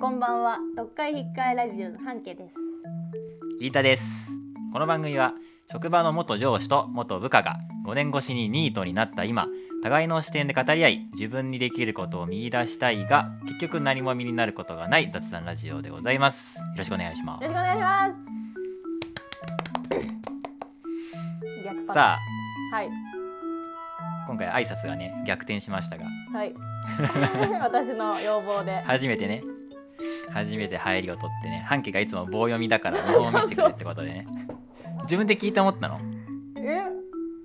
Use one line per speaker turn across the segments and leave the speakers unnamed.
こんばんは読解引っ換えラジオの半家です
ギータですこの番組は職場の元上司と元部下が5年越しにニートになった今互いの視点で語り合い自分にできることを見出したいが結局何も身になることがない雑談ラジオでございますよろしくお願いしま
よろしくお願いします逆
す
パタ
さ
ー
あ
ンはい
今回挨拶がね逆転しましたが
はい 私の要望で
初めてね初めて入りを取ってね半家がいつも棒読みだから棒読みしてくれってことでね自分で聞いて思ったの
え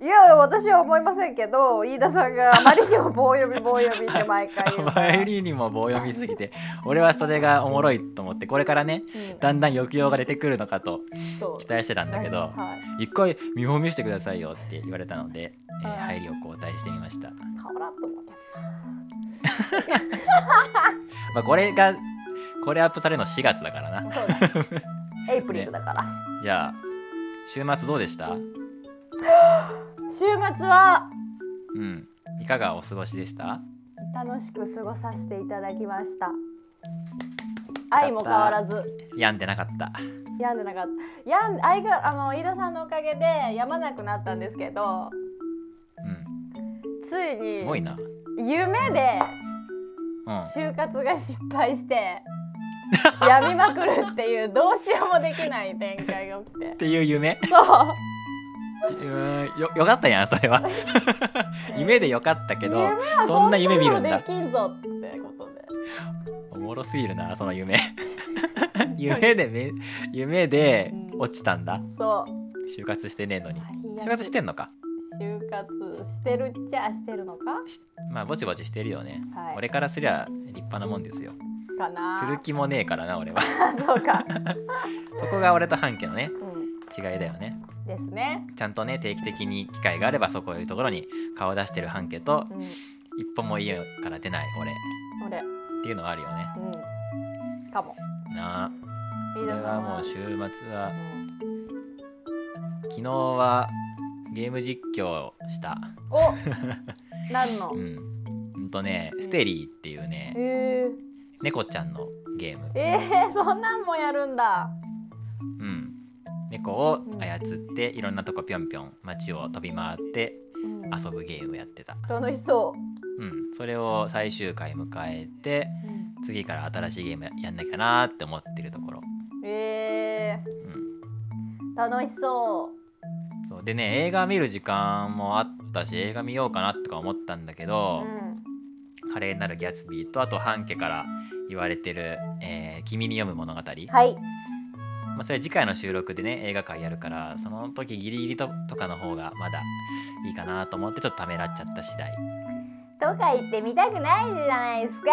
いや私は思いませんけど飯田さんがあまりにも棒読み棒読みって毎 回言う
あ
から
まりにも棒読みすぎて俺はそれがおもろいと思ってこれからね
うん
だんだん抑揚が出てくるのかと
そう
期待してたんだけど
はい、
一回見本見せてくださいよって言われたので、えー
はい
入りを交代してみました、
変わらんと思って
まあ、これがこれアップされるの4月だからな
そうだエイプリルだから、
いや週末どうでした
週末は
うんいかがお過ごしでした
楽しく過ごさせていただきました愛も変わらず
病んでなかった
病んでなかった病ん愛があの飯田さんのおかげで病まなくなったんですけど
うん
ついに
すごいな
夢で
うん
就活が失敗して病みまくるっていうどうしようもできない展開が起きて
っていう夢
そう
うんよよかったやんそ れは夢でよかったけ
夢
ど
は
そんな夢見るんだ
ここともできんぞってことで
おもろすぎるなそ の夢夢でめ夢で落ちたんだ
そう
就活してねえのに
最悪
就活してんのか
就活してるっちゃしてるのか
まあぼちぼちしてるよね、
はい
俺からすりゃ立派なもんですよ
かな
する気もねえからな俺は
そうか、
そこが俺と半家のね
う
違いだよね
ん、ですね、
ちゃんとね定期的に機会があればそこいうところに顔出してる半家と
うん、
一歩も家から出ない俺っ
俺、う
ていうのはあるよね
ん、かも
なあ
飯
俺
田さ
は
ん
も
は
う週末は
うん
昨日はゲーム実況をした
お何の
うんほんとねステリーっていうね
えー、
猫ちゃんのゲーム
えー、そんなんもやるんだ
うん、猫を操っていろんなとこぴょんぴょん街を飛び回って遊ぶゲームやってた、
楽しそ
うん、それを最終回迎えて
う、
次から新しいゲームやんなきゃなーって思ってるところ、
え
うん、
ー、楽しそう
そうでね映画見る時間もあったし映画見ようかなとか思ったんだけ
う
ど
ん
「華麗なるギャツビー」とあと半家から言われてる「えー君に読む物語」
はい
まあ、それ次回の収録でね映画館やるからその時ギリギリととかの方がまだいいかなと思ってちょっとためらっちゃった次第
とか言って見たくないじゃないですか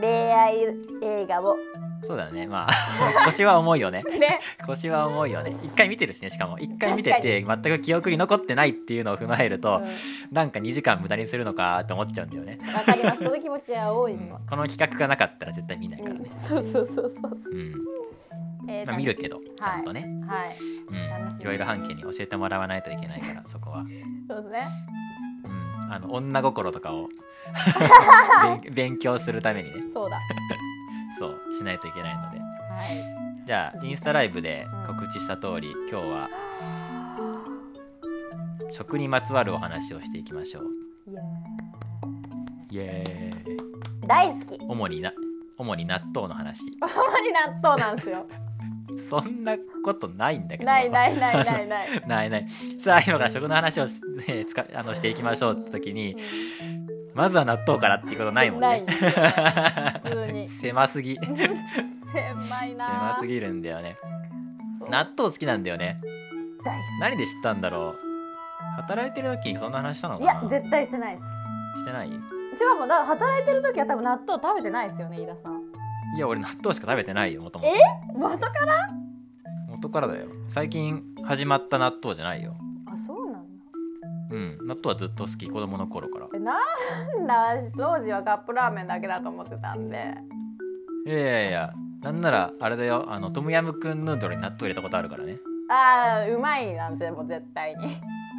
恋愛映画を
そうだねまあ 腰は重いよね
ね
腰は重いよね一回見てるしねしかも一回見て
確
て全く記憶に残ってないっていうのを踏まえる
わ、
と、なんか2時間無駄にするのかと思っちゃうんだよね、
うん、わかりますその気持ちは多
う
い
ん
の、
この企画がなかったら絶対見ないうから
ん
ね、
そうそうそうそう
うん
えー
まあ、見るけど
い
ちゃんとね、
はい楽し
うん、
み
いろいろ半径に教えてもらわないといけないからそ こは
そうですね
うん、あの女心とかを勉勉強するためにね
そうだ
そうしないといけないので
はい
じゃあインスタライブで告知した通り今日は食にまつわるお話をしていきましょう
いや
イエーイ
ー大好き
主にな主に納豆の話
ほんまに納豆なんですよ
そんなことないんだけど
ない
い
ないないないない
ないないさあ今から食の話をし,、ね、つかあのしていきましょうって時にまずは納豆からっていう ことないもん
ないん
ね
ですよね普通に
狭すぎ
狭いな
狭すぎるんだよね
そう
納豆好きなんだよね
大好き
何で知ったんだろう働いてる時にそんな話したの
い
かな
や絶対してないです
してない
違うもんだから働いてる時は多分納豆食べてないですよね飯田さん
いや俺納豆しか食べてないよもともと
え元か
元からだよ最近始まった納豆じゃないよ
あそうなんだ
うん納豆はずっと好き子供の頃から
えなんだ私当時はカップラーメンだけだと思ってたんで
いやいやいやなんならあれだよあのトムヤムクンヌードルに納豆入れたことあるからね
ああうまいなんてもう絶対に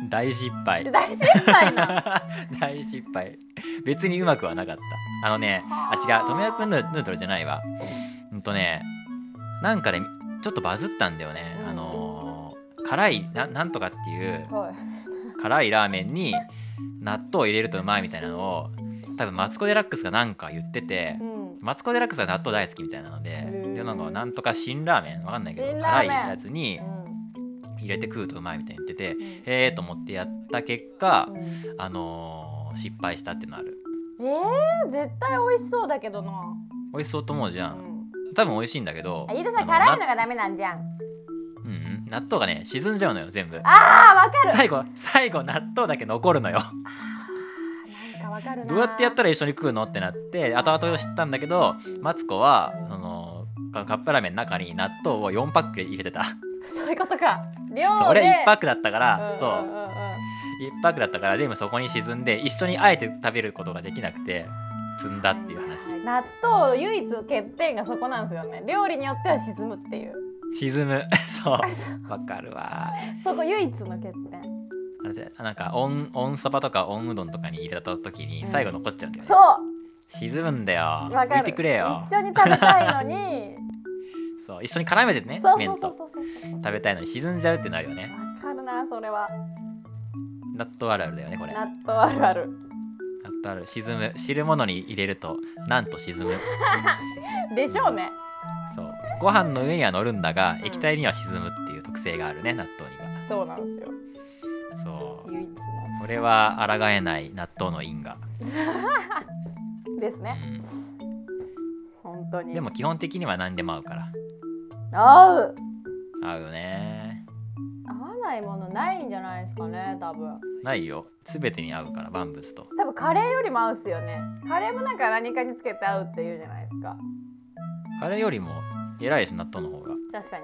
大失 敗
大失敗な
大失敗別にうまくはなかったあのねあ違うトムヤムクンヌードルじゃないわんとねなんかねちょっとバズったんだよね、
うん
あのー辛いななんとかっていう
はい
辛いラーメンに納豆を入れるとうまいみたいなのを多分マツコ・デラックスがなんか言ってて
うん
マツコ・デラックスは納豆大好きみたいなので
ー
でなんかなんとか辛ラーメンわかんないけど
辛ラー
辛
メ
い
ン
やつに
うん
入れて食うとうまいみたいに言ってて
うん
へえと思ってやった結果
うん
あのー失敗したっていうのある
えー、絶対美味しそうだけどな、
美味しそうと思うじゃ
うんん、
多分美味しいんだけど
あ飯田さん
あ
辛い
な
のがダメなんじゃん
うんうん納豆がね沈んじゃうのよ全部
あーわかる
最後最後納豆だけ残るのよ
なんかわかるな
どうやってやったら一緒に食うのってなって後々知ったんだけどマツコはそのカカップラーメンの中に納豆を4パック入れてた
そういうことか量で
そう俺1パックだったか
うん
らそ
ん
うん
うん
1パックだったから全部そこに沈んで一緒にあえて食べることができなくて積んだっていう話
納豆唯一欠点がそこなんですよね料理によっては沈むっていう
沈む そうわかるわ
そこ唯一の欠点
だってなんか温温そばとか温うどんとかに入れた時に最後残っちゃうんだよね、
そう
沈むんだよ
わか
浮
る
いてくれよ
一緒に食べたいの に
そう一緒に絡めてね
そうそ
麺
うそ
と
うそうそう
食べたいのに沈んじゃうってなるよね
わかるなそれは
納豆あるあるだよねこれ
納豆あるある
納豆ある沈む汁物に入れるとなんと沈む
でしょうね
そうご飯の上には乗るんだが
うん
液体には沈むっていう特性があるね納豆には
そうなんですよ
そう
唯一の
これは抗えない納豆の因果、
です
う
ね
ん、
本当に
でも基本的には何でも合うから
合う
合うよね
合わないものないんじゃないですかね多分
ないよ全てに合うから万物と
多分カレーよりも合うっすよねカレーもなんか何かにつけて合うっていうじゃないですか
カレーよりも偉いでしょ納豆の方が
確かに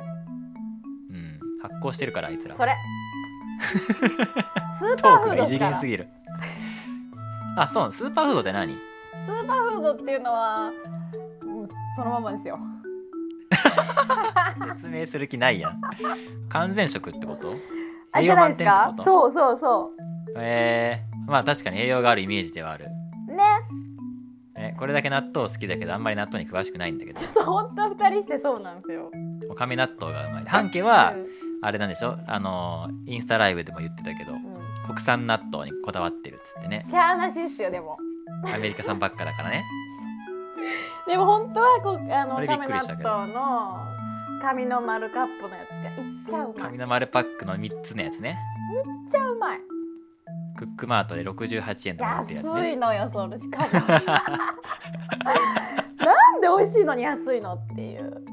うん発酵してるからあいつ ら
それスー
ト
パ
ー
ー
ク
フー
が
ド
異
っす
次
か
元
ら
す
ス
ぎるあそうスーパーフードって何
ーパーフードっていうのはもうそのままですよ
説明する気ないやん完全食ってこと
あ
栄
じゃ
養
ないです
満点って
か
こと
そうそうそ
えー、まあ確かに栄養があるイメージではある、
うね
ね、これだけ納豆好きだけどあんまり納豆に詳しくないんだけど
ちょっとほんと二人してそうなんですよ
おかみ納豆がうまい半家は
うん
あれなんでしょあのーインスタライブでも言ってたけど
う
国産納豆にこだわってるっつってね
んしゃあなしっすよでも
アメリカ産ばっかだからね
でも本当はこうあの
それびっ
亀
くりした
納
けど
豆の紙の丸カップのやつがいっちゃうまい
紙の丸パックの3つのやつね
いっちゃうまい
クックマートで68円とか売っ
安
てるやつね
いのよそれしかもなんで美味しいのに安いのっていう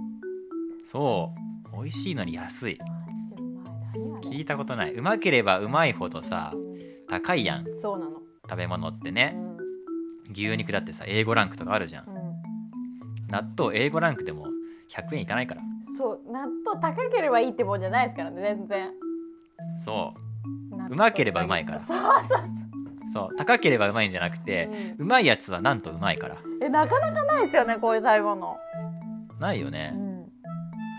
そう美味しいのに安い聞
き
いたことないうまければうまいほどさ高いやん
そうなの、
食べ物って
う
ね
ん
牛肉だってさ A5 ランクとかあるじゃん
う
納豆 A5 ランクでも100円いかないから
ん、そう納豆高ければいいってもんじゃないですからね全然
そ
納豆
うまければうまいから
そうそうそう、
うそう高ければうまいんじゃなくてうまいやつはなんとうまいから
うんえなかなかないですよねこういう食べ物、
ないよ
う
ね
ん、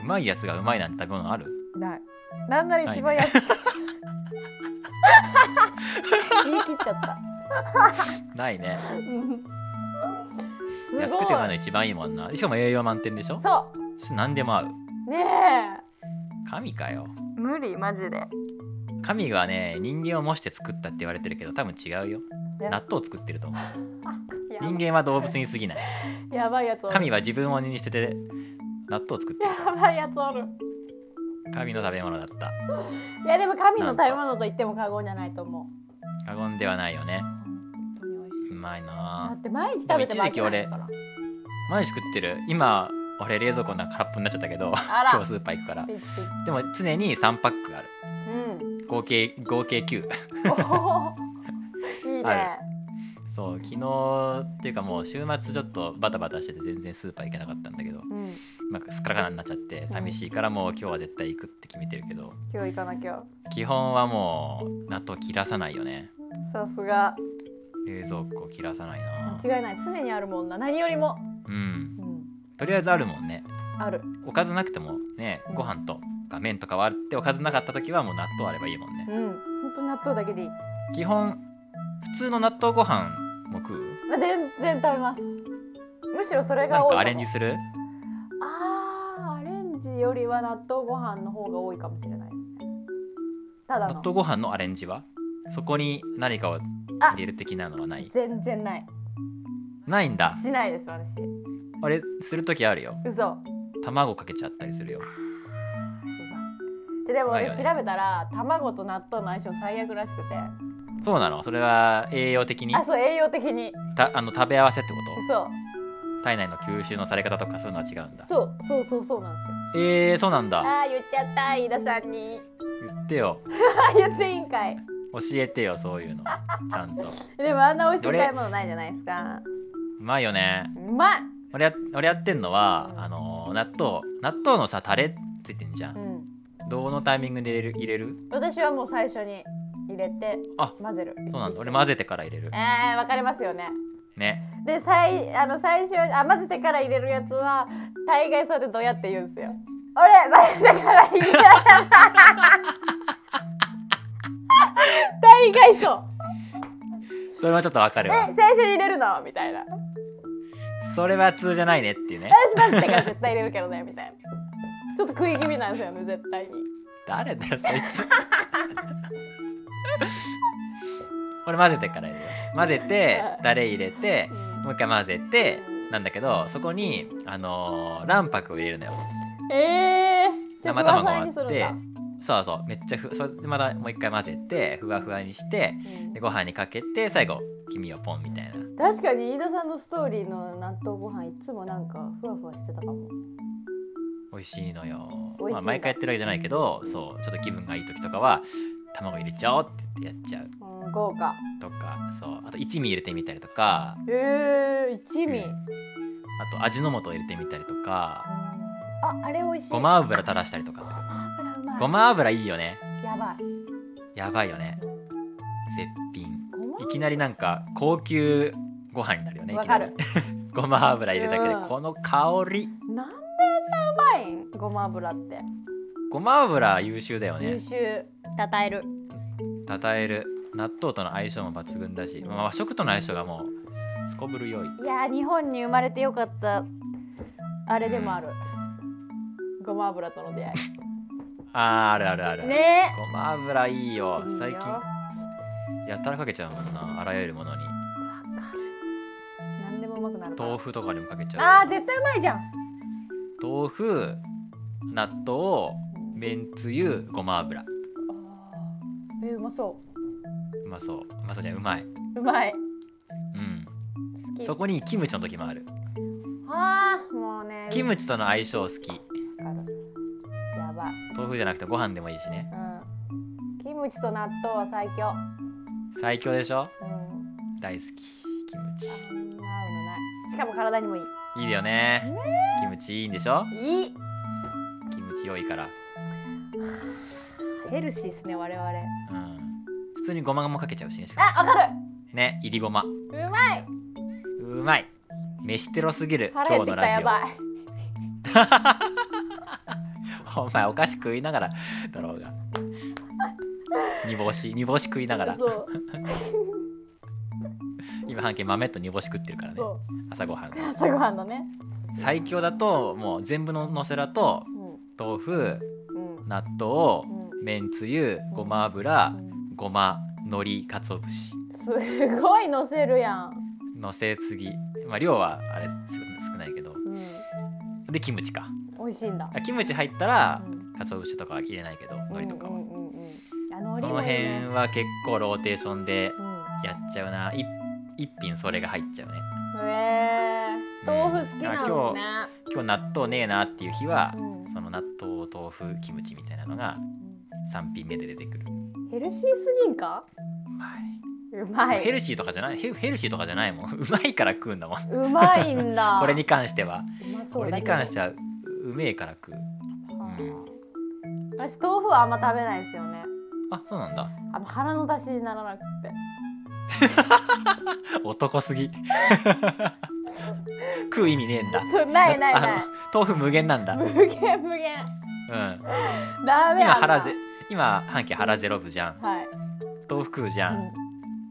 うまいやつがうまいなんて食べ物ある
ないなんなら一番安い 言い切っちゃった
ないね
うんすごい
安くてうまいの一番いいもんなしかも栄養満点でしょ
そ
ちょっと何でも合う
うねえ
神かよ
無理マジで
神がね人間を模して作ったって言われてるけど多分違うよ
え
納豆を作ってると思う
やば
人間は動物に過ぎない
やばいやつおる
神は自分をに捨てて納豆を作ってる
やばいやつおる
神の食べ物だった
いやでも神の食べ物と言っても過言じゃないと思
過言ではないよね
う本当に美味しい
うまい
だ
な
って毎日食べても飽きないですから
毎日食ってる今俺冷蔵庫の中空っぽになっちゃったけど
あら
今日スーパー行くから
ピッチピッチ
でも常に3パックある合計合計9
うん おーいいね
あそう昨日っていうかもう週末ちょっとバタバタしてて全然スーパー行けなかったんだけど
うん
なんかすっからかなになっちゃって寂しいからもう今日は絶対行くって決めてるけど
今日行かなきゃ
基本はもう納豆切らさないよね
さすが
冷蔵庫切らさないな
間違いない常にあるもんな何よりも
うん
うん
とりあえずあるもんね
ある
おかずなくてもねご飯とか麺とかはあっておかずなかった時はもう納豆あればいいもんね
うん本当に納豆だけでいい
基本普通の納豆ご飯も食う
ま全然食べますむしろそれ
な
が
ん
多いか
かア
も
レンジする
アよりは納豆ご飯の方が多いかもしれないですねただ
納
の
豆ご飯のアレンジはそこに何かを
あ
入れる的なのはない
全然ない
ないんだ
しないです私
あれする時あるよ
嘘
卵かけちゃったりするよ
ででも
ない
私調
よね
べたら卵と納豆の相性最悪らしくて
そうなのそれは栄養的に
あそう栄養的に
たあの食べ合わせってこ
そう
と体内の吸収のされ方とかそういうのは違うんだ
そうそうそうそうなんですよ
えー、そうなんだ
ああー言っちゃった飯田さんに
言ってよ
あ言っていいんかい
教えてよそういうのちゃんと
でもあんな美味しい
どれ
買い物ないじゃないですか
うまいよね
うまい
俺や俺やってんのはあのー納豆納豆のさタレついてんじゃ
うんん
どのタイミングで入れる入れる
私はもう最初に入れて
あ
混ぜる
そうなんだ俺混ぜてから入れる
えー、分かれますよね
ね
で最あの最初あ混ぜてから入れるやつは大概そうやってどうやって言うんですよ俺混ぜてから入れる大概そう
それはちょっとわか
え
るわ
最初に入れるのみたいな
それは通じゃないねっていうね
私混ぜてから絶対入れるけどねみたいなちょっと食い気味なんですよね絶対に
誰だよそい つ俺混ぜてから入れるよ混ぜてタレ入れて
うん
もう一回混ぜてなんだけどそこにあのー卵白を入れるのよ
えー、じゃあ
生
ふわ
卵
ふわに
割
する
っ
んだ
てそうそうめっちゃふそれでまたもう一回混ぜてふわふわにして
うん
でご飯にかけて最後黄身をポンみたいな
確かに飯田さんのストーリーの納豆ご飯いつもなんかふわふわしてたかも
美味しいのよ
美味しいんだ
まあ、毎回やってるわけじゃないけどそうちょっと気分がいい時とかは卵入れちゃおうって言ってやっちゃう
うん豪華
とかそうあと一味入れてみたりとか
えー、一味、
うんあと味の素入れてみたりとか
あ、あれ美味しい
ごま油垂らしたりとか
ご
する
ま油うまい
ごま油いいよね
やばい
やばいよね絶品
ごま
いきなりなんか高級ご飯になるよねい
わ
き
か
な
る
り ごま油入れるだけで
うん
この香り
なんであんなうまいんごま油って
ごま油優秀だよ
優
ね
秀たたえる
たたえる納豆との相性も抜群だし、まあ、和食との相性がもうすこぶる良い
いやー日本に生まれてよかったあれでもあるごま油との出会
あーあるあるあるあ
い
る
ね
ごま油いいよ
いいよ
最近やたらかけちゃうもんなあらゆるものに
何でもうまくなるから
豆腐とかにもかけちゃ
あ
う
ー絶対うまいじゃん
し豆腐納豆めんつゆごま油う
あーえーうまそ
まそううまそうじゃんうまいう
うまい
うん
好き
そこにキムチの時もある
あーもうね
キムチとの相性好き
わかるやばい、
豆腐じゃなくてご飯でもいいしね
うん、キムチと納豆は最強
最強でしょ
うん
大好きキムチ
あんな合うのないしかも体にもいい
いいよねキムチいいんでしょ
いい
キムチ良いから
ヘルシーですね我々
うん普通にごまもかけちゃうしねしか
あわか
もねいりごま
るうまいう
まい飯テロすぎる今
腹減っ
日
て
の
きた
ラ
や
ジオ
ばい
お前お菓子食いながらだろうが煮干し煮干し食いながら
そう
今半径豆と煮干し食ってるからね
そう
朝ごはんは
朝ごはんのね
最強だともう全部ののせだと
う
豆腐
んうん
納豆
う
めんつゆごま油
ん
ごま海苔かつお節
すごいのせるやん、
のせすぎまあ量はあれ少少ないけど
うん、
でキムチか
美味しいんだ
あキムチ入ったら
うん
かつお節とかは入れないけど海苔とかは
う
こ
んうんうんうんあの海苔
の
もいい
辺
ね
は結構ローテーションで
うん
やっちゃうな一一品それが入っちゃうね
へえ豆腐好きなんですね
うん今日納豆ねえなっていう日は、
うん
その納豆豆腐キムチみたいなのが3品目で出てくる
ヘルシーすぎんか
うま
うま
いヘ
い
ルシーとかじゃないヘヘルシーとかじゃないもん うまいから食うんだもん
うまいんだ
これに関しては
うまそ
こ
う
れ
だ
に
けど
関してはううめえから食う
はあ
うん
私豆腐はあんま食べないですよね
あそうなんだ
あの腹の出しにならなくって
男すぎ 食う意味ねえんだ
そうないない
だ
な
あ
い
の豆腐無限なんだうん
無限無限
今
ダメなんだ
腹ぜ今半径腹ゼロ部じゃん
はい、
豆腐食うじゃん、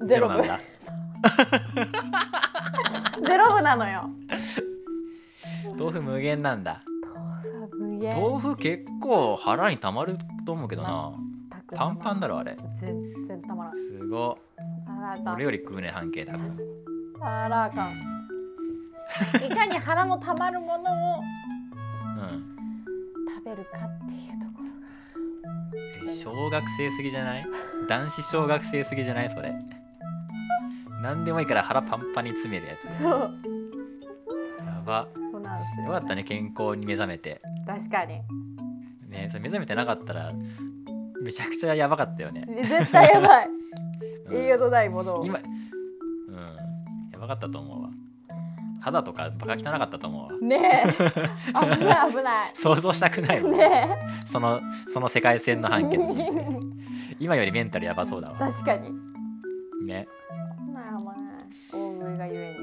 うん、
ゼ
ゼ
ロ
ロ
なん
部
だ
ゼロ部なのよ
豆腐無限なんだ
無げえ
豆腐結構腹にたまると思うけどなパンパンだ
ろ
ろあれ
全然たまらん
すご
あらあ
い
か
俺
ん
より食うね半径多分
あらあかんいかに腹のたまるものを
うん
食べるかっていうところが
え小学生すぎじゃない男子小学生すぎじゃないそれ何でもいいから腹パンパンに詰めるやつ
そう
やば
そうなんです
よ
よ
かったね健康に目覚めて
確かに
ねそれ目覚めてなかったらめちゃくちゃやばかったよね、
絶対やばい
うん
栄養のないものを
今うんやばかったと思うわ肌とかバカ汚かったと思うわ
ねえ危ない危ない
想像したくないもん、
ね
そのその世界線の半径の人生
え
今よりメンタルやばそうだわ
確かに
ね
こんなんやばない大食いがゆえに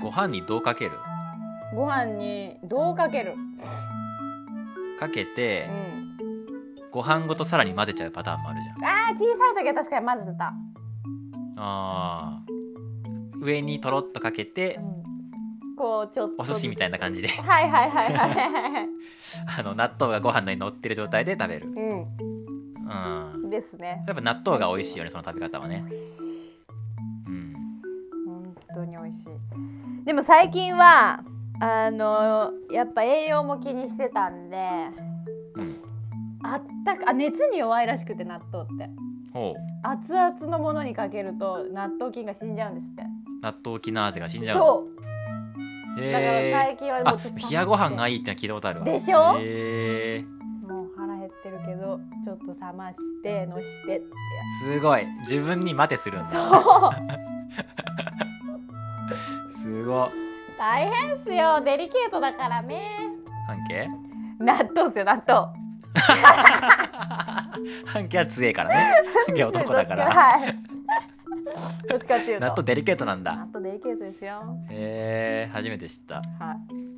ご飯にどうかける
ご飯にどうかける
かけ
う
て
ん
ご飯ごとさらに混ぜちゃうパターンもあるじゃん
あー小さい時は確かに混ぜてた、
あー上にとろっとかけて
うん、こうちょっと
お寿司みたいな感じで
はいはいはいはいはいはい
あの納豆がご飯の上に乗ってる状態で食べるうん
うんですね
やっぱ納豆が美味しいよねその食べ方はねうん
本当に美味しいでも最近はあのやっぱ栄養も気にしてたんで
うん
あったかあ熱に弱いらしくて納豆って
ほう
熱々のものにかけると納豆菌が死んじゃうんですって
納豆キナーゼが死んじゃうの
そう
へ
だから
え
最近はも
あ
うちょっと
冷やご飯がいいってのは聞いたことあるわ
でしょ
へえ
もう腹減ってるけどちょっと冷ましてのしてって
すごい自分に待てするんだ
そう
すごい
大変っすよデリケートだからね
半径
納豆っすよ納豆
半径は強いからね 半径は男だから
はいどっちかっていうと
納豆デリケートなんだ
納豆デリケートですよは
へえ初めて知った
い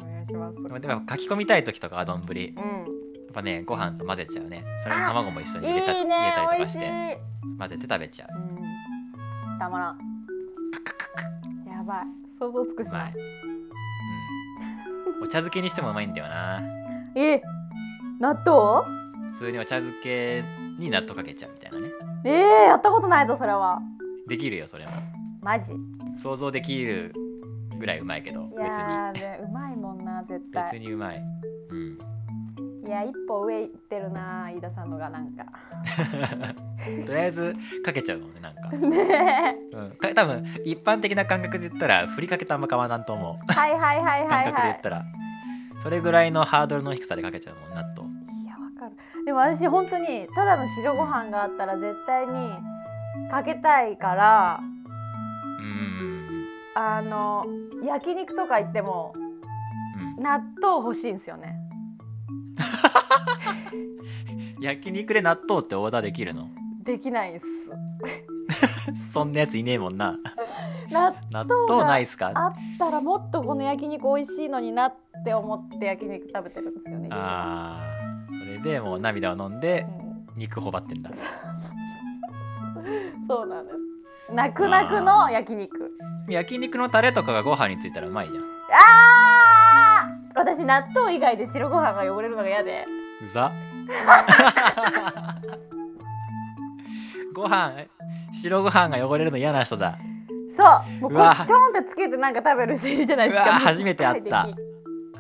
お願いします
でもでも書き込みたい時とかは丼や
う
っぱねご飯と混ぜちゃうねそれに卵も一緒
ん
に
いい
入れた
ね
入れたり
美
と
味
か
し
し
い、
て混ぜて食べちゃう
うん、たまらんやばい想像つくし
う
な
まい、うん、お茶漬けにしてもうまいんだよな
え納豆
普通にお茶漬けに納豆かけちゃうみたいなね
えー、やったことないぞそれは
できるよそれも
マジい
想像できるぐらいうまいけど別に
やーでうまいもん な絶
別
対
にうまい、うん、
いや一歩上行ってるな飯田さんのがなんか
とりあえずかけちゃうもんねなんか,、
ね
うん、か多分一般的な感覚で言ったらふりかけとあんま変わらんと思う
えはいはいはいは
感
い
覚で
は
言
い
ったら、それぐらいのハードルの低さでかけちゃうもん納豆
いやわかるでも私本当にただの白ご飯があったら絶対にかけたいから
うーん
あの焼肉とか行っても
うん
納豆欲しいんですよね
焼肉で納豆ってオーダーできるの
できないんです
そんなやついねえもんな
な
納
豆が
豆ないっすか
あったらもっとこの焼肉美味しいのになって思って焼肉食べてるんですよねいつも
あーそれでもう涙を飲んで
うん
肉ほばってんだ
そうなんです泣く泣くの焼肉
焼肉のタレとかがご飯についたらうまいじゃん
あー私納豆以外で白ご飯が汚れるのが嫌で
うざご飯白ご飯が汚れるの嫌な人だ
そうもう
う
こ
わ
うちょんってつけてなんか食べる人いるじゃないです
う
か
わ
もう
初めて会った
理解で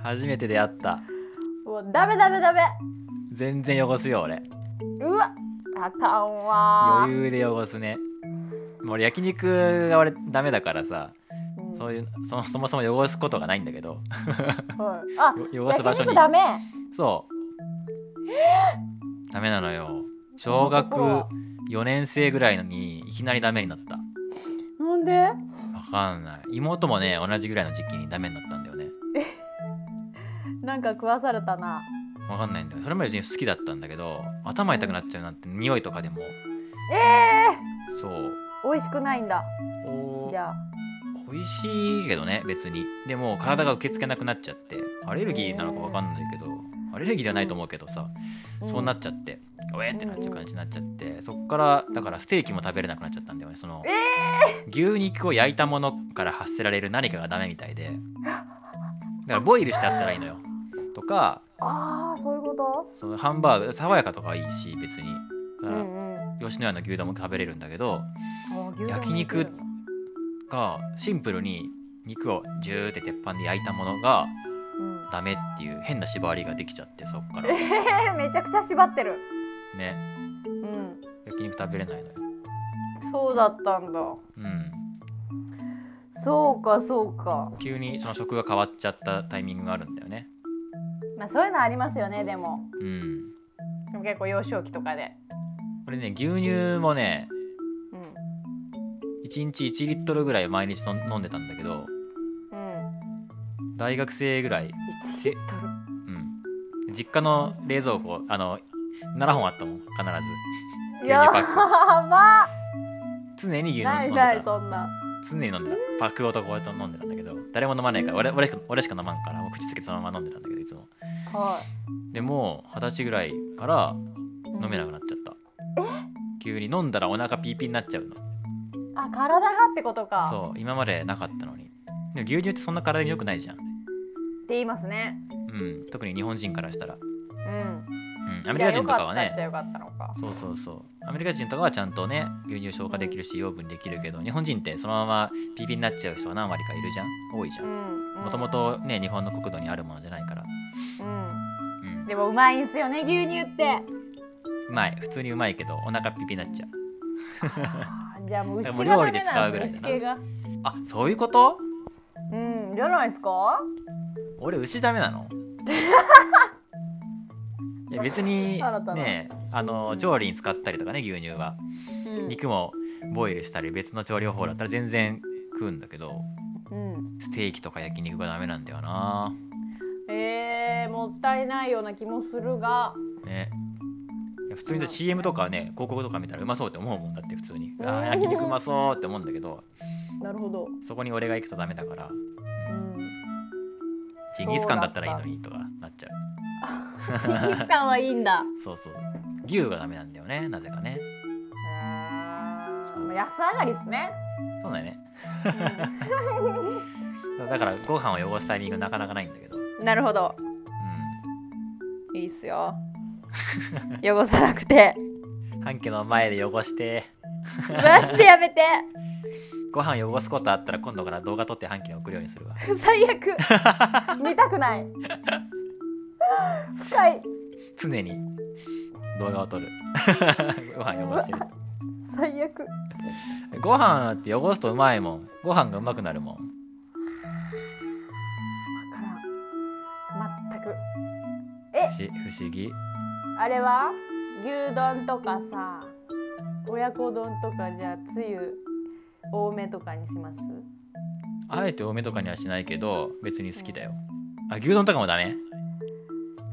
初めて出会った
きんもうダメダメダメ
全然汚すよ俺
うわあかんわ
余裕で汚すねもう俺焼肉が俺ダメだからさ
うん
そういうそそもそも汚すことがないんだけど
はいあ
よ汚す場
焼
所に
肉ダメ
そうダメなのよ小学4年生ぐらいのにいきなりダメになった
なんで
わかんない妹もね同じぐらいの時期にダメになったんだよね
なんか食わされたな
わかんないんだよそれまで別に好きだったんだけど頭痛くなっちゃうなって匂いとかでも
ええ
そう
ー、美味しくないんだ
お
じゃあ
美味しいけどね別にでも体が受け付けなくなっちゃってアレルギーなのかわかんないけどアレルギーではないと思うけどさ、
うん
そうなっちゃっておえってなっちゃう感じになっちゃってそっからだからステーキも食べれなくなっちゃったんだよねその、牛肉を焼いたものから発せられる何かがダメみたいでだからボイルしてあったらいいのよとか
ああそういうこと
そのハンバーグ爽やかとかはいいし別に
う
だから
んうん
吉野家の牛丼も食べれるんだけど
あ牛丼
焼肉がシンプルに肉をジューって鉄板で焼いたものが
うん
ダメっていう変な縛りができちゃってそ っから
えーめちゃくちゃ縛ってる
ね
うん
焼肉食べれないのよ
そうだったんだ
うん
そうかそうか
急にその食が変わっちゃったタイミングがあるんだよね
まあそういうのありますよねでも
うん
でも結構幼少期とかで
これね牛乳もね
うん
1日1リットルぐらい毎日の飲んでたんだけど
うん
大学生ぐら
1
い、
リットル
うん、実家の冷蔵庫あの7本あったもん必牛乳
や
パック
ば
ず常に牛乳飲
ない
んで
ない
た
そんな
常に飲んでたパックごとこうやって飲んでたんだけど誰も飲まないから俺俺しか俺しか飲まんからもう口つけてそのまま飲んでたんだけどいつも
は
でも二十歳ぐらいから
い
飲めなくなっちゃった、急に飲んだらお腹ピーピーになっちゃうの
あ体がってことかう
そう今までなかったのにでも牛乳ってそんな体に良くないじゃん、
って言いますね
うん、特に日本人からしたら、
うん
うん、アメリカ人とかはい
やよかったっちゃよかっ
ね
たのか
そうそうそうアメリカ人とかはちゃんとね牛乳消化できるし養分できるけど日本人ってそのままピーピーになっちゃう人が何割かいるじゃん多いじゃ
うんん
もともとね日本の国土にあるものじゃないから、
うん
うん、
でもうまいんすよね牛乳って
うまい普通にうまいけどお腹ピーピーになっちゃう
あーじゃあもう牛
も
が
う料
ダ
理で
メ
使
な
うんぐら
で
い
す
だ
牛系
な
が
あそういうこと
うんじゃないですか
俺牛ダメなのいや別に
新たな
ねあの調理に使ったりとかね牛乳は
うん
肉もボイルしたり別の調理方法だったら全然食うんだけど
うん
ステーキとか焼肉がダメなんだよな
えー、もったいないような気もするが
ねいや普通に CM とかね広告とか見たらうまそうって思うもんだって普通にあ
うん
ー焼肉うまそうって思うんだけど
なるほど、
そこに俺が行くとダメだから
うん、
ジンギスカンだったらいいのにとかなっちゃ
ジンギスカンはいいんだ
うそうそう牛がダメなんだよねなぜかね
そうまあ安上がりですね、
そうだよねだからご飯を汚すタイミングなかなかないんだけど、うん、
なるほどいいっすよ汚さなくて
半家の前で汚して
マジでやめて
ご飯汚すことあったら今度から動画撮って半家に送るようにするわ
最悪見たくない深い
常に動画を撮る ご飯汚してる
最悪
ご飯って汚すとうまいもんご飯がうまくなるもん
わからん全く
不思不思議
あれは牛丼とかさ親子丼とかじゃあつゆ多めとかにします
あえて多めとかにはしないけど別に好きだよあ牛丼とかもダメ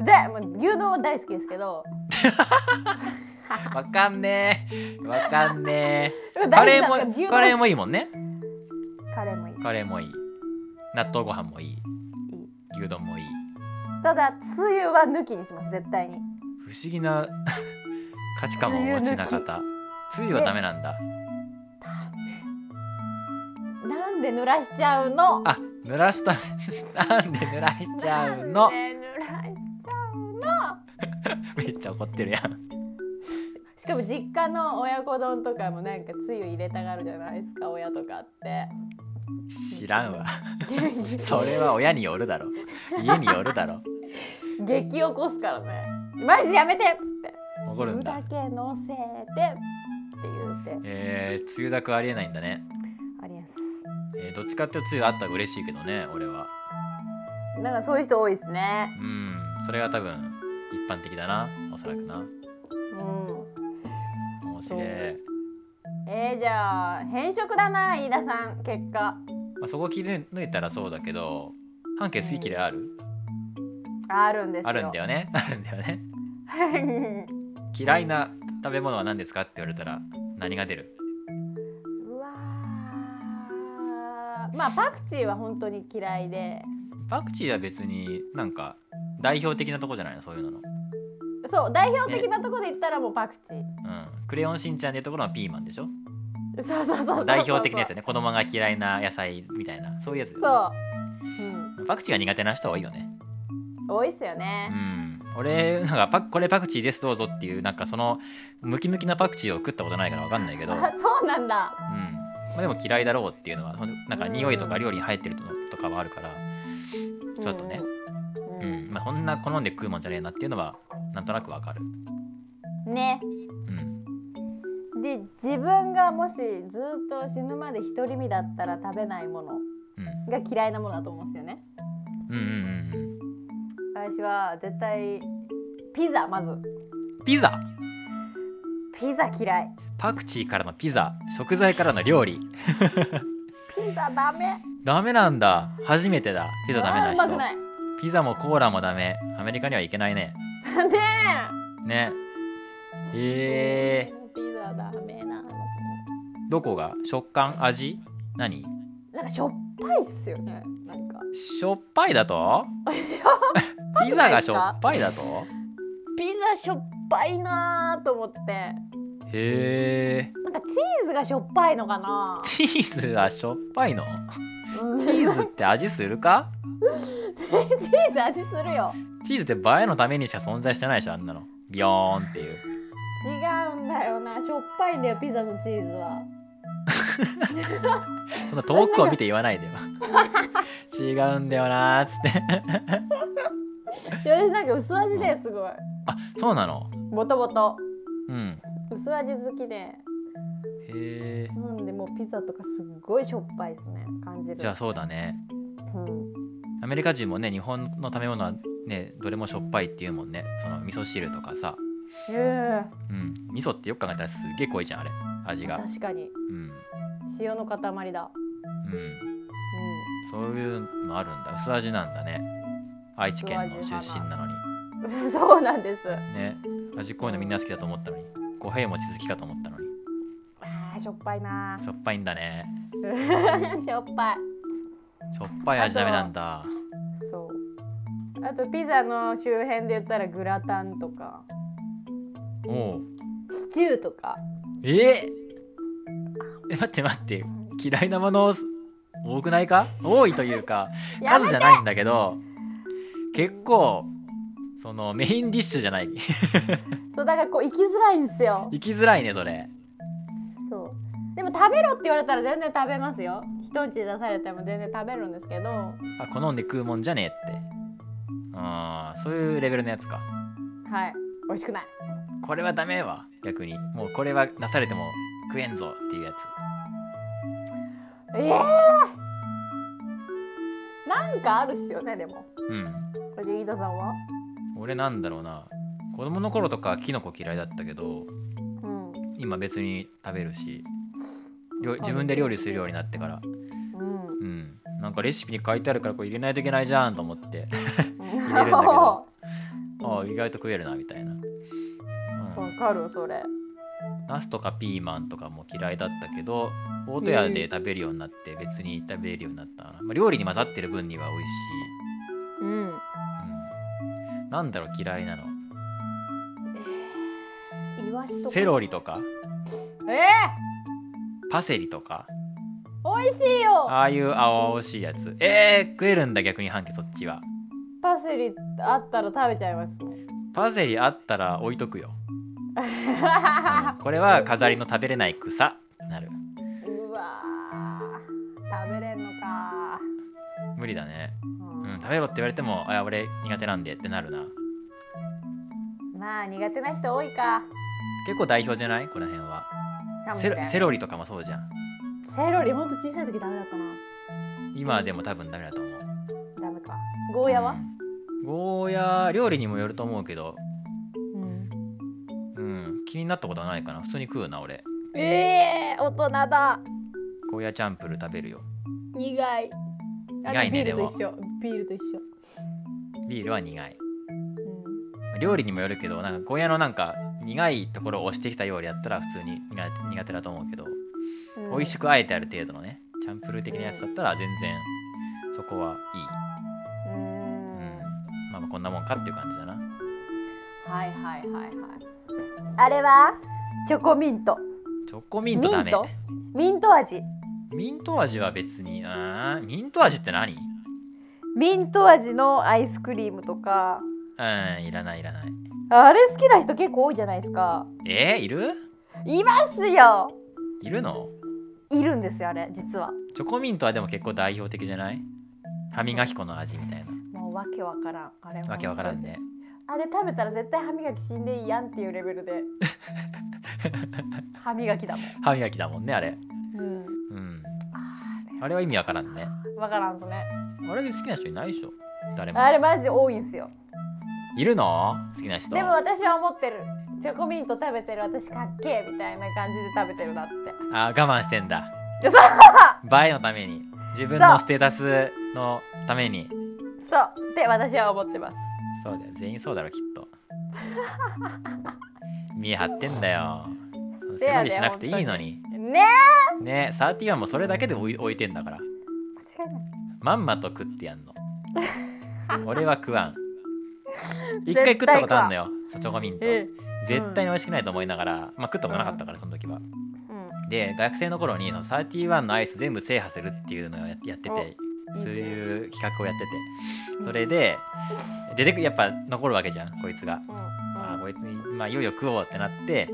でもう牛丼は大好きですけど
わかんねえわかんねえカ
大
レ
好きなんで
ー
す
も
よ
カ
牛
レー
丼
もいいもんね
カレーもいい
カレーもいい納豆ご飯もいい
いい
牛丼もいい
ただつゆは抜きにします絶対に
不思議な 価値観をお持ちな方つゆはダメなんだ
なんで濡らしちゃうの
あ濡らした なんで濡らしちゃう
なん
の
で濡らしちゃうの
めっちゃ怒ってるやん
しかも実家の親子丼とかもなんかつゆ入れたがるじゃないですか親とかって
知らんわ それは親によるだろ家によるだろ
激起こすからねマジでやめてっつって
怒るん
具だ
だ
け乗せてって言うて
えー、つゆだくありえないんだね、
あります
えーどっちかっていうとつゆあったら嬉しいけどね俺は
なんかそういう人多いですね
うんそれが多分一般的だなおそらくな
うん
面白い
そうえー、じゃあ偏食だな飯田さん結果
まあ、そこ切り抜いたらそうだけど半径好き嫌いある、
あるんですよ
ある んだよねあるんだよね
よ
嫌いな食べ物は何ですかって言われたら何が出る
うわーまあパクチーは本当に嫌いで
パクチーは別になんか代表的なとこじゃないのそういうのの、
そう代表的なところで言ったらもうパクチー、
うん、クレヨンしんちゃんでいうところはピーマンでしょ
そうそうそうそうそう
代表的なやつよね子供が嫌いな野菜みたいなそういうやつだよね
そう、うん、
パクチーが苦手な人は多いよね
多いっすよね
う、ん、俺なんかパこれパクチーですどうぞっていうなんかそのムキムキなパクチーを食ったことないからわかんない けど、うん
あそうなんだ
まあ、でも嫌いだろうっていうのはほんなんか匂いとか料理に入ってるのとかはあるから、ちょっとね
うん
う
うん
まあ、こんな好んで食うもんじゃねえなっていうのはなんとなくわかる、
んね
うん、
で自分がもしずっと死ぬまで独り身だったら食べないもの
うん
が嫌いなものだと思うんですよね
うんうんうん
私は絶対ピザまず
うんピザ
ピザ嫌い
パクチーからのピザ食材からの料理
ピザダメ
ダメなんだ初めてだ
ピ
ピザダメな
う
人
まくない ね
ピザもコーラもダメアメリカには行けないねねへえ
えピザダメなの
どこが食感味何
なんかしょっぱいっすよねなんか
しょっぱいだと
しょ
ピザがしょっぱいだと
ピザしょっぱいなーと思って
へえ
なんかチーズがしょっぱいのかな
チーズはしょっぱいの
うん
チーズって味するか
チーズ味するよ
チーズって映えのためにしか存在してないでしょあんなのビヨーンっていう
違うんだよなしょっぱいんだよピザのチーズは
そんな遠くを見て言わな いでよ違うんだよなーっつって
いや私なんか薄味ですごい
あそうなの
もともと
うん
薄味好きで
へえ
なんでもうピザとかすっごいしょっぱいですね感じる
じゃあそうだね
うん
アメリカ人もね日本の食べ物はねどれもしょっぱいっていうもんねその味噌汁とかさ
へえ
うん味噌ってよく考えたらすっげえ濃いじゃんあれ味が
確かに
うん
塩の塊だ
うん
う
そういうのあるんだ薄味なんだね愛知県の出身なのに
ん そうなんです
ね味濃いのみんな好きだと思ったのに五平餅好きかと思ったのに
あー しょっぱいな
しょっぱいんだね
ーしょっぱい
しょっぱい味ダメなんだ
そうあとピザの周辺で言ったらグラタンとか
おう
シチューとか
え ー、え待って待って嫌いなもの多くないか多いというか
やめ
数じゃないんだけど結構そのメインディッシュじゃない
そうだからこう行きづらいんですよ
行きづらいねそれ
そうでも食べろって言われたら全然食べますよ人んちで出されても全然食べるんですけどは
あ好んで食うもんじゃねえってあーそういうレベルのやつか
い美味しくない
これはダメわ逆にもうこれは出されても食えんぞっていうやつ
ええなんかあるっすよねでも
うん
これで飯田さんは
俺なんだろうな子供の頃とかキノコ嫌いだったけど
うん
今別に食べるし料自分で料理するようになってから
うん
うんなんかレシピに書いてあるからこれ入れないといけないじゃんと思って
入
れるんだけど
うん
ああ意外と食えるなみたいな、うん、
わかるそれ
ナスとかピーマンとかも嫌いだったけど大戸屋で食べるようになって別に食べれるようになったな、まあ、料理に混ざってる分には美味しい、
うん
うん、なんだろう嫌いなの
イワシとか
セロリとか
え
パセリとか
ー、美味しいよ
ああいう青々しいやつえー、食えるんだ逆に半径そっちは
パセリあったら食べちゃいますもん
パセリあったら置いとくよ、うんこれは飾りの食べれない草なる
うわー食べれんのか
無理だね、
ー、
うん、食べろって言われてもあ俺苦手なんでってなるな
まあ苦手な人多いか
結構代表じゃないこの辺は
かもし
セ
れん
ロセロリとかもそうじゃん
セロリほんと小さい時ダメだったな
今でも多分ダメだと思う
ダメかゴーヤは、
うんゴーヤ料理にもよると思うけど
うん
うん気になったことはないかな普通に食うな俺
ええ大人だ
ゴーヤチャンプルー食べるよ
苦いあ
苦いね
ビール
でも
と一緒ビールと一緒、
ビールは苦い料理にもよるけどなんかゴーヤのなんか苦いところを押してきた料理だったら普通に苦手苦手だと思うけど、
うん
美味しくあえてある程度のねチャンプルー的なやつだったら全然そこはいい、
うん
うんまあ、まあこんなもんかっていう感じだな
はいはいはいはいあれはチョコミント
チョコミントダメ
ミントミント味
ミント味は別にあーミント味って何
ミント味のアイスクリームとか
うんいらないいらない
あれ好きな人結構多いじゃないですか
えー、いる
いますよ
いるの
いるんですよあれ実は
チョコミントはでも結構代表的じゃない歯磨き粉の味みたいな
もうわけわからんあれ
わけわからんね
あれ食べたら絶対歯磨き死んでいいやんっていうレベルで 歯磨きだもん、
歯磨きだもんねあれ
うん、
うん
あ
あれは意味わからんね
れわからんぞね
あれ別に好きな人いないでしょ誰も
あれマジで多いんすよ
いるの好きな人
でも私は思ってるチョコミント食べてる私かっけえみたいな感じで食べてるなって
あー我慢してんだ
いやそう
映えのために自分
そ
の
う
ステータスのために
そうって私は思ってます
そうだよ全員そうだろきっ と見え張ってんだよ
せ
背
や
伸
で
びしなくていいのに
ね
ねサーティワンもそれだけで置い置いてんだから
え間違いない
まんまと食って やんの俺は食わん一
絶対
回食ったことあるのよそうチョコミント
え
絶対に美味しくないと思いながら、まあ食ったことなかったからその時は
うん
で学生の頃にの31のアイス全部制覇するっていうのをややって
お
て
いいっ
そう
すね
いう企画をやっててそれで出てくやっぱ残るわけじゃんこいつが、
うん
あーこいつに、まあ、いよいよ食おうってなって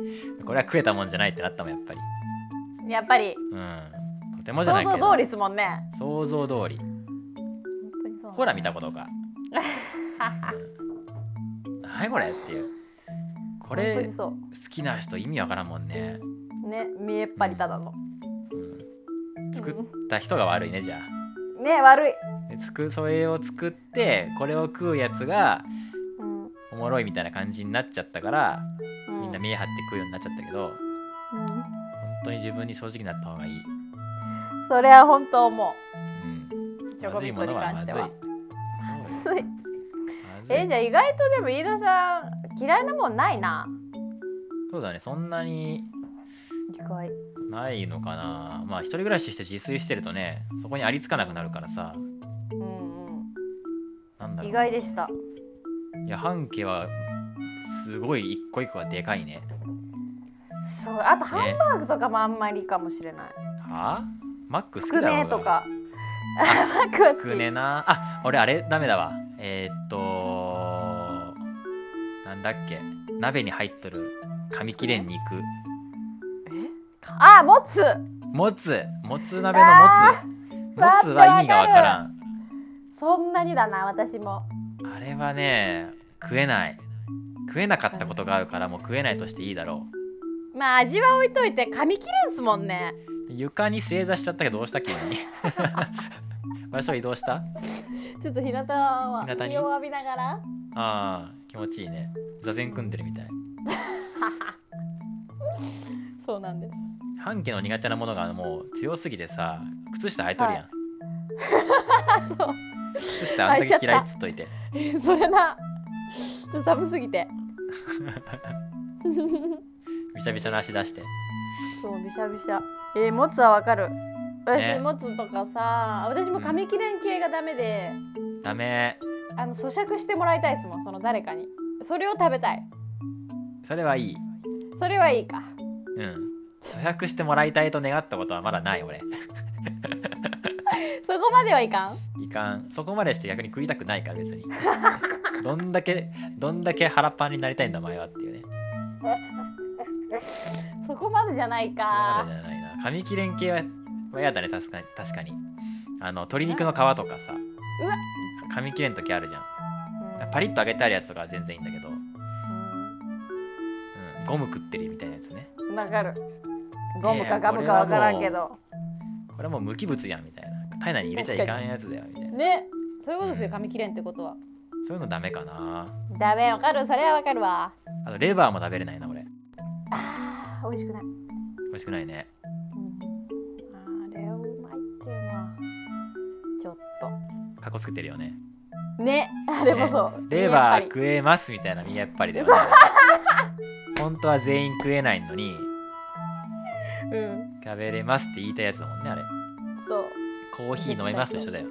これは食えたもんじゃないってなったもんやっぱり
うんやっぱり
うんとてもじゃな
想
いけど
像通りですもんね
想像通り
本当にそう
ほら見たこと かはいこれっていうこ
これ本当
れ
にそ
好きな人意味わからんもんね、
うね見えっぱりただの
うん、作った人が悪いねじゃあ
ね悪い、
でつくそれを作ってこれを食うやつが
うんう
おもろいみたいな感じになっちゃったから
ん
みんな見え張って食うようになっちゃったけど
うん
本当に自分に正直になった方がいい、
それは本当思
うん、
うチョコミントに関しては
ま
つい
ずい
えじゃあ意外とでも飯田さん嫌いなもんないな
そうだねそんなに
意外
ないのかなまあ一人暮らしして自炊してるとねそこにありつかなくなるからさ
うんうん
なんだろう
意外でした
いや半径はすごい一個一個がでかいね
そうあとハンバーグとかもあんまりかもしれない
はあマック好
つ
き
く
だろう
ね
が
とか マックは好
つ
き
くねなあ俺あれダメだわえー、っとなんだっけ鍋に入っとる紙切れん肉
あもつ
もつもつ鍋のもつも
あー
つは意味がわからん
そんなにだな私も
あれはね食えない食えなかったことがあるからもう食えないとしていいだろ
まあ味は置いといて紙切れんすもんね
う床に正座しちゃったけどどうした急に 場所移動した
ちょっと日向は
日向に
日を浴びながら
ああ気持ちいいね座禅組んでるみたい
そうなんです
半径の苦手なものがもう強すぎてさ靴下履いとるやん、
そう
靴下あんだけ嫌いっつっといて
それなちょっと寒すぎて
びしゃびしゃの足出して
そうびしゃびしゃえー、もつはわかる私、
ね
もつとかさ私も紙切れん系がダメで、
ダメ
あの咀嚼してもらいたいですもんその誰かにそれを食べたい
それはいい
それはいいか
うん咀嚼してもらいたいと願ったことはまだない俺
そこまではいかん
いかんそこまでして逆に食いたくないから別 にどんだけどんだけ腹パンになりたいんだお前はっていうね
そこまでじゃない
それま
か
でじゃないな紙切れん系ははやだねさすがに確かにあの鶏肉の皮とかさ
うわ
紙切れん時あるじゃん
うん
パリッと揚げてあるやつとかは全然いいんだけど
う
うんゴム食ってるみたいなやつね
んわかるゴム
いや
かガムかわからんけど
これはもう無機物やんみたいな体内に入れちゃいかんやつだよみたいな
ねそういうことですよ紙切れんってことは
そういうのダメかな
ダメわかるそれはわかるわ
あとレバーも食べれないな俺
あー美味しくない、うん、
美味しくないね
あれはうまいっていうのはちょっ
かっこつけてるよね
とねあれもそう、
レ
や
バ
っ
ー
ぱり
食えますみたいな見えっぱ りだよね本当は全員食えないのに
うん
食べれますって言いたいやつだもんねあれ
そう
コーヒー飲めますと一 緒だよ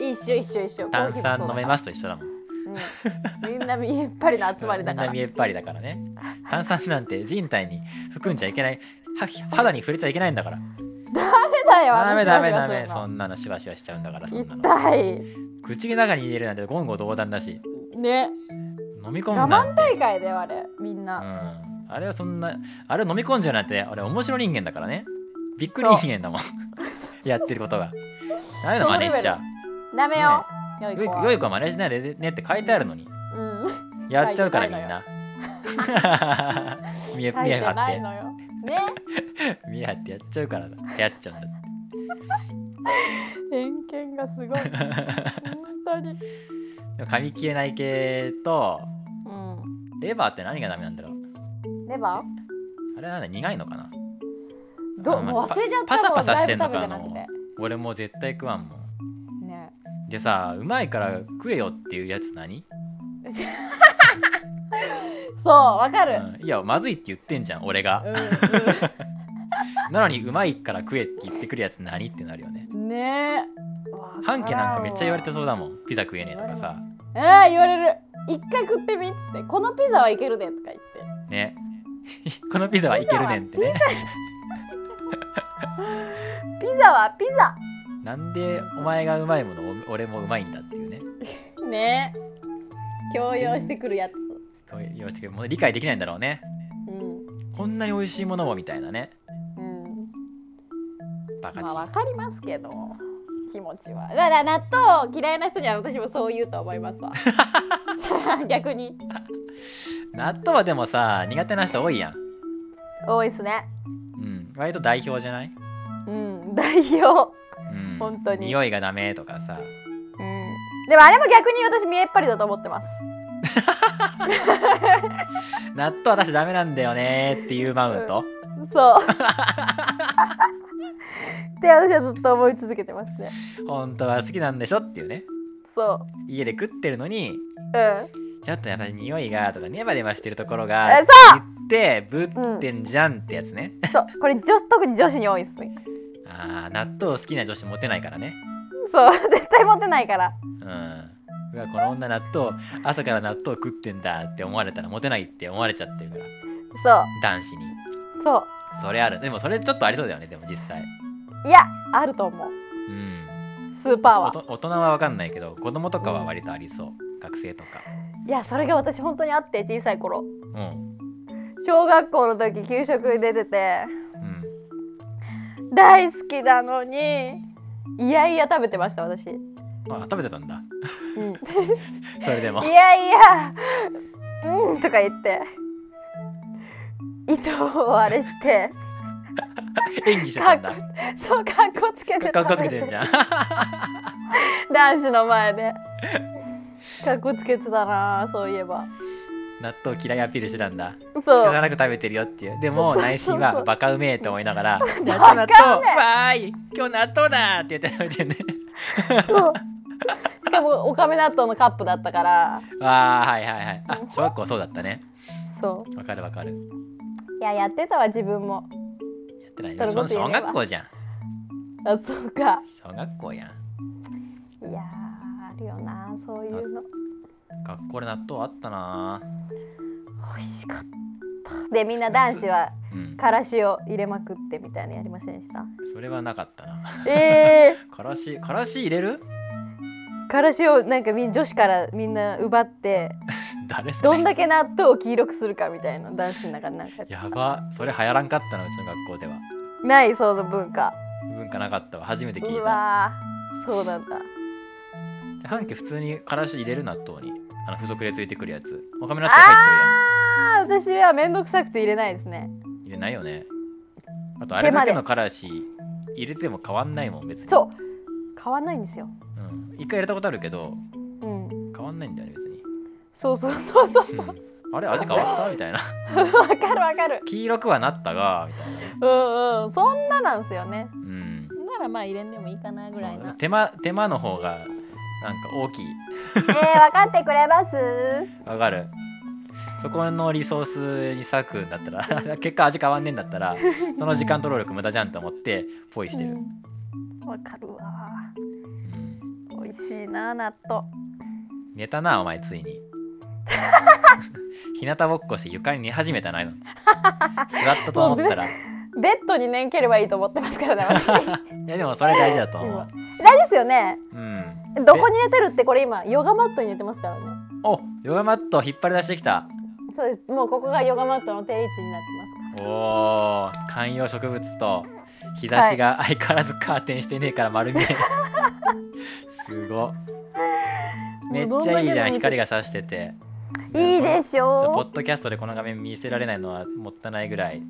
一緒一緒一緒
炭酸飲め
す、
ますと一緒だもん
うんみんな見えっぱりの集まり
み
だ
ん
か
な
ら
見えっぱりだからね炭酸なんて人体に含んじゃいけないは肌に触れちゃいけないんだから
だよ
ダメダメダ
私
メ
の
そんなのしばしばしちゃうんだからそんなの
痛い
口の中に入れるなんて言語道断だし
ね
飲み込
我
むな
慢
んて
大会だよあれみん
う
な、
ん、あれはそんなあれ飲み込んじゃうなんてあれ面白人間だからねびっくり人間だもんやってることがダメだ真似しちゃ
ダメよ、良
う
い
よい
子
子
は
よい子は真似しないでねって書いてあるのに
うん
やっちゃうからみ
書
ん
いて な
な見え
書い
見え
て
張っ
ない
て
のよね
見え張ってやっちゃうからだやっちゃうんだ
偏見がすごい本当に
でも噛み切れない系と
う
レバーって何がダメなんだろうん
レバ
あれなんだ苦いのかな
ーど
あ
う
まあ
もう忘れちゃった
パサパサ
もう
してんのか
だいぶ食べてなく
俺もう絶対食わんもん
てね
でさうまいから食えよっていうやつ何、
そうわかる、
うんいやまずいって言ってんじゃん俺が
うん
なのにうまいから食えって言ってくるやつ何ってなるよね
うん、ねえ
半家なんかめっちゃ言われて
た
そうだもんピザ食えねえとかさ
あー言われる一回食ってみっつってこのピザはいけるでとか言って
ね このピザはいけるねんってね
ピザはピザ
なんでお前がうまいものお俺もうまいんだっていうね
ねえ強要してくるやつ
こう言われてくるもう理解できないんだろうね
うん
こんなに美味しいものもみたいなね
うん
バ
ま
カ
あ
チン
わかりますけど気持ちはだから納豆嫌いな人には私もそう言うと思います わ逆に
納豆はでもさ苦手な人多いやん
多いっすね
うん割と代表じゃない、
うん代表
うん、
本当に
匂いがダメとかさ
うんでもあれも逆に私見えっぱりだと思ってます
納豆私ダメなんだよねっていうマウント、
そう って私はずっと思い続けてますね
本当は好きなんでしょっていうね
そう
家で食ってるのに
うん
ちょっとやっぱり匂いがとかネバネバしてるところ
え
が
そう
って言ってぶってんじゃんってやつね、
そうこれ女特に女子に多いっすね
あー納豆好きな女子モテないからね
そう 絶対モテないから
うんうわこの女納豆朝から納豆食ってんだって思われたらモテないって思われちゃってるから
そう
男子に
そ
それあるでもそれちょっとありそうだよねでも実際
ういやあると思う
うん
スーパー
お
は
と大人は分かんないけど子供とかは割とありそう、学生とか
いやそれが私本当にあって小さい頃
うん
小学校の時給食に出てて
うん
大好きなのにいやいや食べてました私、うん、
あ食べてたんだそれで も
いやいやうんとか言って糸をあれして
演技してたん
か
だ
っそうかっこつけて
かっこつ
食べ
けてんじゃん
男子の前でかっこつけてたなそういえば
納豆嫌いアピールしてたんだ仕
そう
方なく食べてるよっていうでも
そう
内心
そうそ
は
う
バカうめえと思いな がら「納
バカうめえ
豆納豆わーい今日納豆だ!」って言って食べてんね
そうしかもおかめ納豆のカップだったから
わーはいはいはいあ小学校そうだったね
そ
わかるわかる
ういややってたわ自分も
やってない
人のこと
そ
言えね
小
えわ
学校じゃん
あそうか
小学校やん
いやーあるよなそういうの
学校で納豆あったな
美味しかったでみんな男子は
うん
からしを入れまくってみたいなのやりませんでした
それはなかったな
え
からしからし入れる
ー、からしをなんかみん女子からみんな奪って
誰そ
ど
れ
んだけ納豆を黄色くするかみたいな男子の中になんか
やばそれ流行らんかったなうちの学校では
ないその文化
文化なかったわ初めて聞
う
いた
わーそうなんだ
半家普通にからし入れる納豆にあの付属でついてくるやつわかめ納豆入ってるやん
あー私は面倒くさくて入れないですね
入れないよねあとあれだけのからし入れても変わんないもん別に
そう買わないんですよ
うん、一回入れたことあるけど
うん
変わんないんだよね別に、
そうそうそうそう
う
そう。
ん、あれ味変わったみたいな
わかるわかる。
黄色くはなったがみたいなね
うんうん。そんななんすよね。
うん
ならまあ入れんでもいいかなぐらい
そう
な。
手間手間の方がなんか大きい
えー、分かってくれます？
わかるそこのリソースに割くんだったら 結果味変わんねえんだったらその時間と労力無駄じゃんと思ってポイしてる、
うんわかるわ。
うん
美味しいな納豆。
寝たなお前ついに日向ぼっこして床に寝始めたな今座ったと思ったら
ベッドに寝ければいいと思ってます からね私
いやでもそれ大事だと思う。
大事ですよね
うん。
どこに寝てるってこれ今ヨガマットに寝てますからね
おヨガマット引っ張り出してきた。
そうですもうここがヨガマットの定位置になってま
おお観葉植物と日差しが相変わらずカーテンしてねえから丸見え。すごっ。めっちゃいいじゃん光が差してて。
すいいでし
ちょポ
ょ
ッドキャストでこの画面見せられないのはもったいないぐらい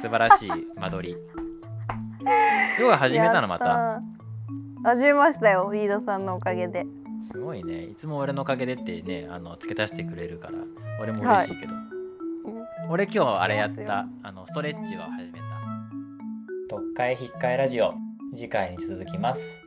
素晴らしい間取り。ヨガ
う
始めたのまた。
やった始めましたよ飯田さんのおかげです
ごいねいつも俺のおかげでってねあの付け足してくれるから俺も嬉しいけど、俺今日あれやっ
そうです
た
よ
あのストレッチは始めた「読解引っかえラジオ」次回に続きます。